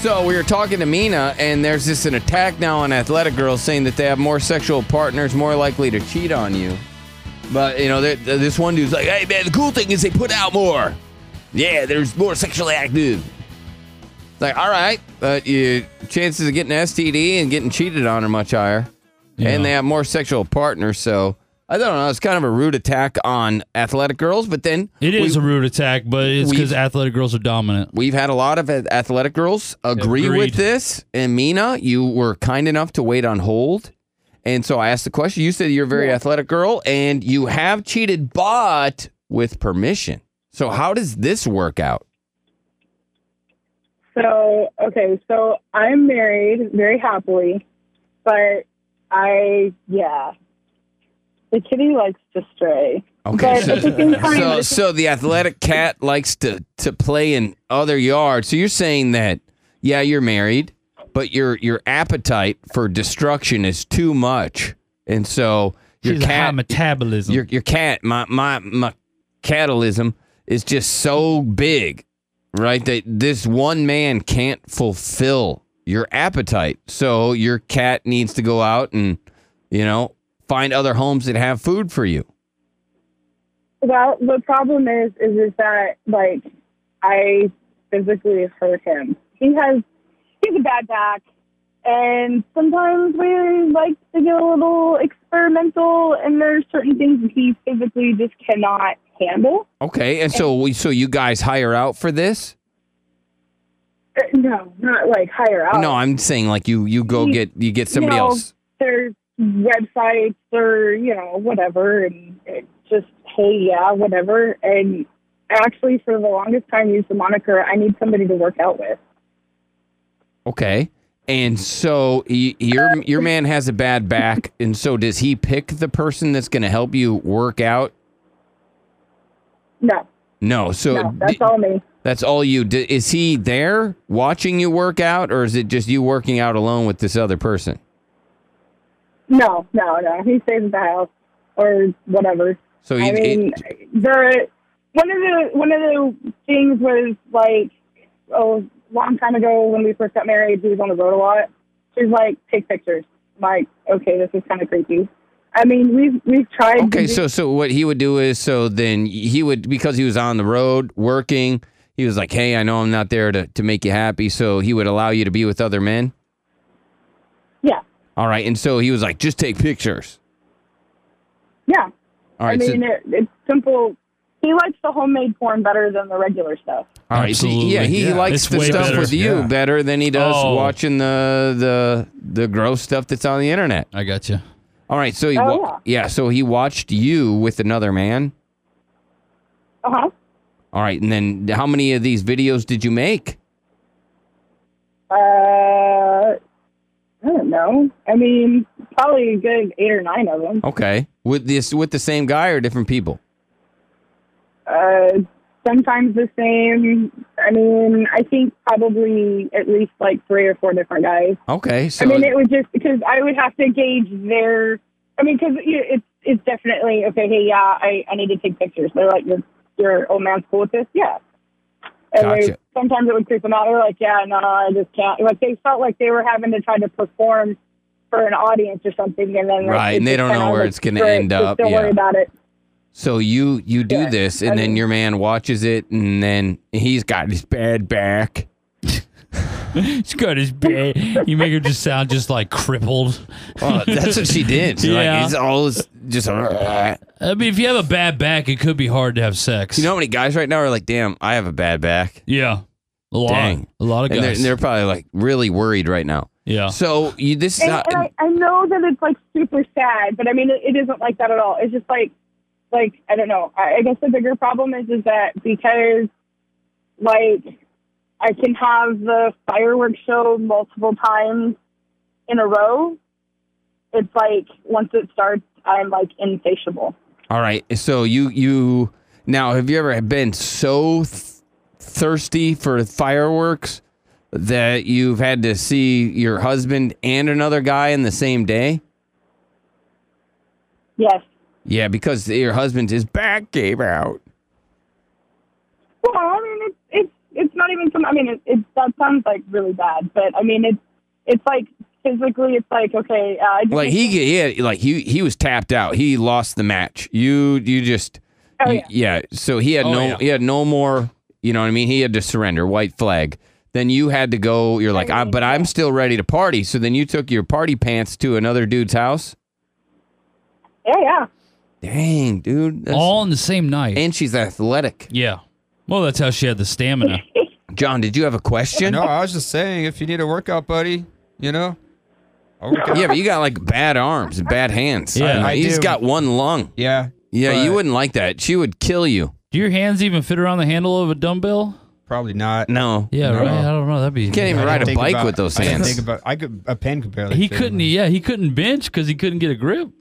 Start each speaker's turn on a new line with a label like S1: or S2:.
S1: So we were talking to Mina, and there's just an attack now on athletic girls saying that they have more sexual partners, more likely to cheat on you. But you know, there- there- this one dude's like, "Hey man, the cool thing is they put out more. Yeah, there's more sexually active." It's Like, all right, but your chances of getting STD and getting cheated on are much higher, and they have more sexual partners. So I don't know. It's kind of a rude attack on athletic girls, but then
S2: It is
S1: we-
S2: a rude attack, but it's
S1: we-
S2: because athletic girls are dominant.
S1: We've had a lot of athletic girls agree
S2: Agreed.
S1: with this. And Mina, you were kind enough to wait on hold. And so I asked the question. You said you're a very athletic girl and you have cheated, but with permission. So how does this work out?
S3: So, okay, so I'm married very happily, but I, yeah. The kitty likes to stray.
S1: Okay.
S3: But at the same
S1: So,
S3: time,
S1: so the athletic cat likes to, to play in other yards. So you're saying that, yeah, you're married, but your your appetite for destruction is too much. And so your
S2: She's a high
S1: cat
S2: metabolism.
S1: your your cat my my my catalysm is just so big right that this one man can't fulfill your appetite so your cat needs to go out and you know find other homes that have food for you
S3: well, the problem is, is, is that, like, I physically hurt him. He has, he's a bad back, and sometimes we like to get a little experimental, and there's certain things that he physically just cannot handle.
S1: okay and so we so you guys hire out for this
S3: Uh, No, not like higher up.
S1: no i'm saying like you you go get you get somebody
S3: you know,
S1: else
S3: There's websites or you know whatever, and it just hey yeah whatever. And actually, for the longest time, used the moniker I need somebody to work out with.
S1: okay and so y- your your man has a bad back and so does he pick the person that's going to help you work out
S3: No,
S1: No, so
S3: no, that's
S1: d-
S3: all me.
S1: that's all you. D- is he there watching you work out, or is it just you working out alone with this other person?
S3: No, no, no. He stays at the house or whatever.
S1: So
S3: I
S1: you-
S3: mean,
S1: it-
S3: there. One of the one of the things was like a long time ago when we first got married. He was on the road a lot. She's like, take pictures. I'm like, okay, this is kind of creepy. I mean, we've we've tried. to
S1: okay,
S3: do-
S1: so so what he would do is so then he would because he was on the road working. He was like, "Hey, I know I'm not there to to make you happy," so he would allow you to be with other men.
S3: yeah,
S1: All right, and so he was like, "Just take pictures."
S3: yeah.
S1: All right,
S3: I
S1: so-
S3: mean, it, it's simple. He likes the homemade porn better than the regular stuff.
S1: all right, so
S2: Absolutely,
S1: yeah, he
S2: yeah.
S1: likes
S2: It's
S1: the
S2: way
S1: stuff
S2: better,
S1: with you
S2: yeah.
S1: better than he does
S2: Oh.
S1: watching the the the gross stuff that's on the internet.
S2: I got you.
S1: All right, so he
S3: Oh,
S1: wa- yeah. so he watched you with another man.
S3: Uh huh.
S1: All right, and then how many of these videos did you make?
S3: Uh, I don't know. I mean, probably a good eight or nine of them.
S1: Okay, with this with the same guy or different people?
S3: Uh, sometimes the same. I mean, I think probably at least like three or four different guys.
S1: Okay, so
S3: I mean, it would just because I would have to gauge their. I mean, because it's it's definitely okay. Hey, yeah, I, I need to take pictures. They're like, your your old man's cool with this, yeah. And they-
S1: Gotcha.
S3: sometimes it would creep them out. They're like, yeah, no, I just can't. Like they felt like they were having to try to perform for an audience or something, and then like,
S1: Right,
S3: it
S1: and they don't
S3: just
S1: know
S3: kinda
S1: where
S3: like,
S1: it's gonna
S3: "Great,
S1: end
S3: just
S1: up,
S3: Don't
S1: yeah.
S3: worry about it.
S1: so you you do
S3: Yeah,
S1: this, and
S3: I
S1: then
S3: mean-
S1: your man watches it, and then he's got his bad back.
S2: She's got his bad. You make her just sound just like crippled.
S1: Oh, that's what she did. She's
S2: Yeah.
S1: like, he's all this- just. uh,
S2: I mean, if you have a bad back, it could be hard to have sex.
S1: You know how many guys right now are like, "Damn, I have a bad back."
S2: Yeah. A lot.
S1: Dang.
S2: A lot of
S1: And they're,
S2: guys.
S1: and they're probably like really worried right now.
S2: yeah.
S1: So you this is
S3: And,
S1: not,
S3: and I, I know that it's like super sad, but I mean, it, it isn't like that at all. It's just like, like I don't know. I, I guess the bigger problem is is that because, like, I can have the fireworks show multiple times in a row. It's like once it starts, I'm like insatiable.
S1: All right. So you you now have you ever been so th- thirsty for fireworks that you've had to see your husband and another guy in the same day?
S3: Yes.
S1: Yeah, because your husband his back gave out.
S3: Well, I mean, it's it's it's not even some. I mean, it, it that sounds like really bad, but I mean, it's it's like physically, it's like okay, uh, I just
S1: Like he he had, like he he was tapped out. He lost the match. You you just
S3: Oh,
S1: you- yeah. So he had
S2: Oh,
S1: no
S2: yeah.
S1: he had no more. You know what I mean? He had to surrender. White flag. Then you had to go. You're like, I, but I'm still ready to party. So then you took your party pants to another dude's house.
S3: yeah, yeah.
S1: Dang, dude. that's-
S2: all in the same night.
S1: and she's athletic.
S2: yeah. Well, that's how she had the stamina.
S1: John, did you have a question?
S4: No, I was just saying, if you need a workout buddy, you know, I'll work out.
S1: Yeah, but you got like bad arms, and bad hands.
S2: Yeah, I
S1: he's
S4: do.
S1: got one lung.
S4: yeah,
S1: Yeah,
S4: but
S1: you wouldn't like that. She would kill you.
S2: Do your hands even fit around the handle of a dumbbell?
S4: probably not.
S1: No.
S2: Yeah,
S4: No.
S2: right. I don't know. That'd be.
S1: Can't even
S4: I
S1: ride
S4: didn't
S1: a
S4: think
S1: bike
S4: about-
S1: with those
S4: I didn't
S1: hands.
S4: think about- I could a pen could barely.
S2: He
S4: fit in
S2: couldn't.
S4: there.
S2: Yeah, he couldn't bench because he couldn't get a grip.